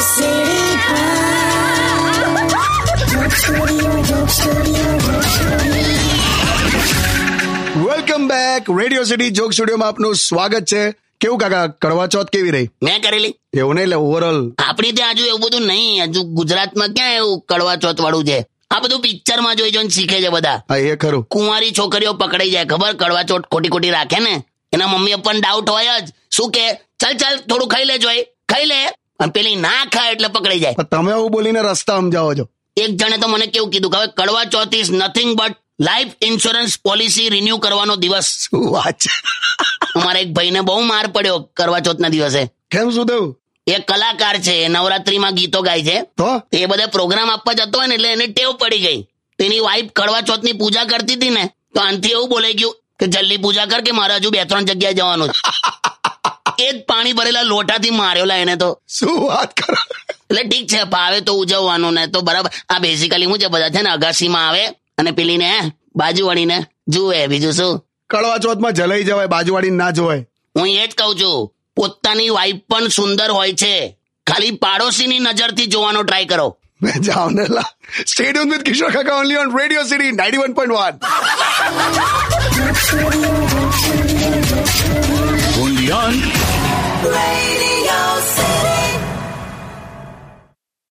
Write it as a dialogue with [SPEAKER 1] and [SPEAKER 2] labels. [SPEAKER 1] સીડી
[SPEAKER 2] welcome back radio city joke સ્ટુડિયોમાં આપનું સ્વાગત છે કેવું કાકા કડવા ચોથ કેવી રહી
[SPEAKER 3] મેં કરેલી
[SPEAKER 2] એવું નહીં એટલે ઓવરઓલ
[SPEAKER 3] આપણે ત્યાં હજુ એવું બધું નહીં હજુ ગુજરાતમાં ક્યાં એવું કડવા ચોથ વાળું છે આ બધું પિક્ચરમાં જોઈ જોઈને શીખે છે બધા
[SPEAKER 2] હા એ ખરું
[SPEAKER 3] કુંવારી છોકરીઓ પકડાઈ જાય ખબર કડવા ચોટ ખોટી ખોટી રાખે ને એના મમ્મી પણ ડાઉટ હોય જ શું કે ચાલ ચાલ થોડું ખાઈ લેજો એ ખાઈ લે અને પેલી ના ખાય એટલે પકડાઈ જાય
[SPEAKER 2] પણ તમે આવું બોલીને રસ્તા સમજાવો છો
[SPEAKER 3] એક જણે તો મને કેવું કીધું કે હવે Karva Chauth is nothing but life insurance policy renew કરવાનો દિવસ
[SPEAKER 2] શું વાત છે
[SPEAKER 3] અમારા એક ભાઈને બહુ માર પડ્યો કરવા ચોથના દિવસે
[SPEAKER 2] કેમ શું થયું
[SPEAKER 3] એ કલાકાર છે નવરાત્રીમાં ગીતો ગાય છે
[SPEAKER 2] તો
[SPEAKER 3] એ બધે પ્રોગ્રામ આપવા જતો હોય ને એટલે એને ટેવ પડી ગઈ તેની વાઈફ કડવા ચોથની પૂજા કરતી હતી ને તો આનથી એવું બોલાઈ ગયું કે જલ્દી પૂજા કર કે મારે હજુ બે ત્રણ જગ્યાએ જવાનું છે. એ જ પાણી ભરેલા લોટાથી માર્યોલા એને તો
[SPEAKER 2] શું વાત કરો
[SPEAKER 3] એટલે ઠીક છે ભાવે તો ઉજવવાનું ને તો બરાબર આ બેઝિકલી હું છે બધા છે ને અગાસીમાં આવે અને પેલીને હે, બાજુ વળીને જુએ બીજું શું
[SPEAKER 2] કડવા ચોથમાં જલાઈ જવાય બાજુવાળી ના જોવાય
[SPEAKER 3] હું એ જ કહું છું પોતાની વાઈફ પણ સુંદર હોય છે ખાલી પાડોશીની નજરથી જોવાનો ટ્રાય કરો
[SPEAKER 2] મેં જાઓ ને લા સ્ટેડિયમ વિથ કિશોર કાકા only on radio city ninety one point one
[SPEAKER 1] Radio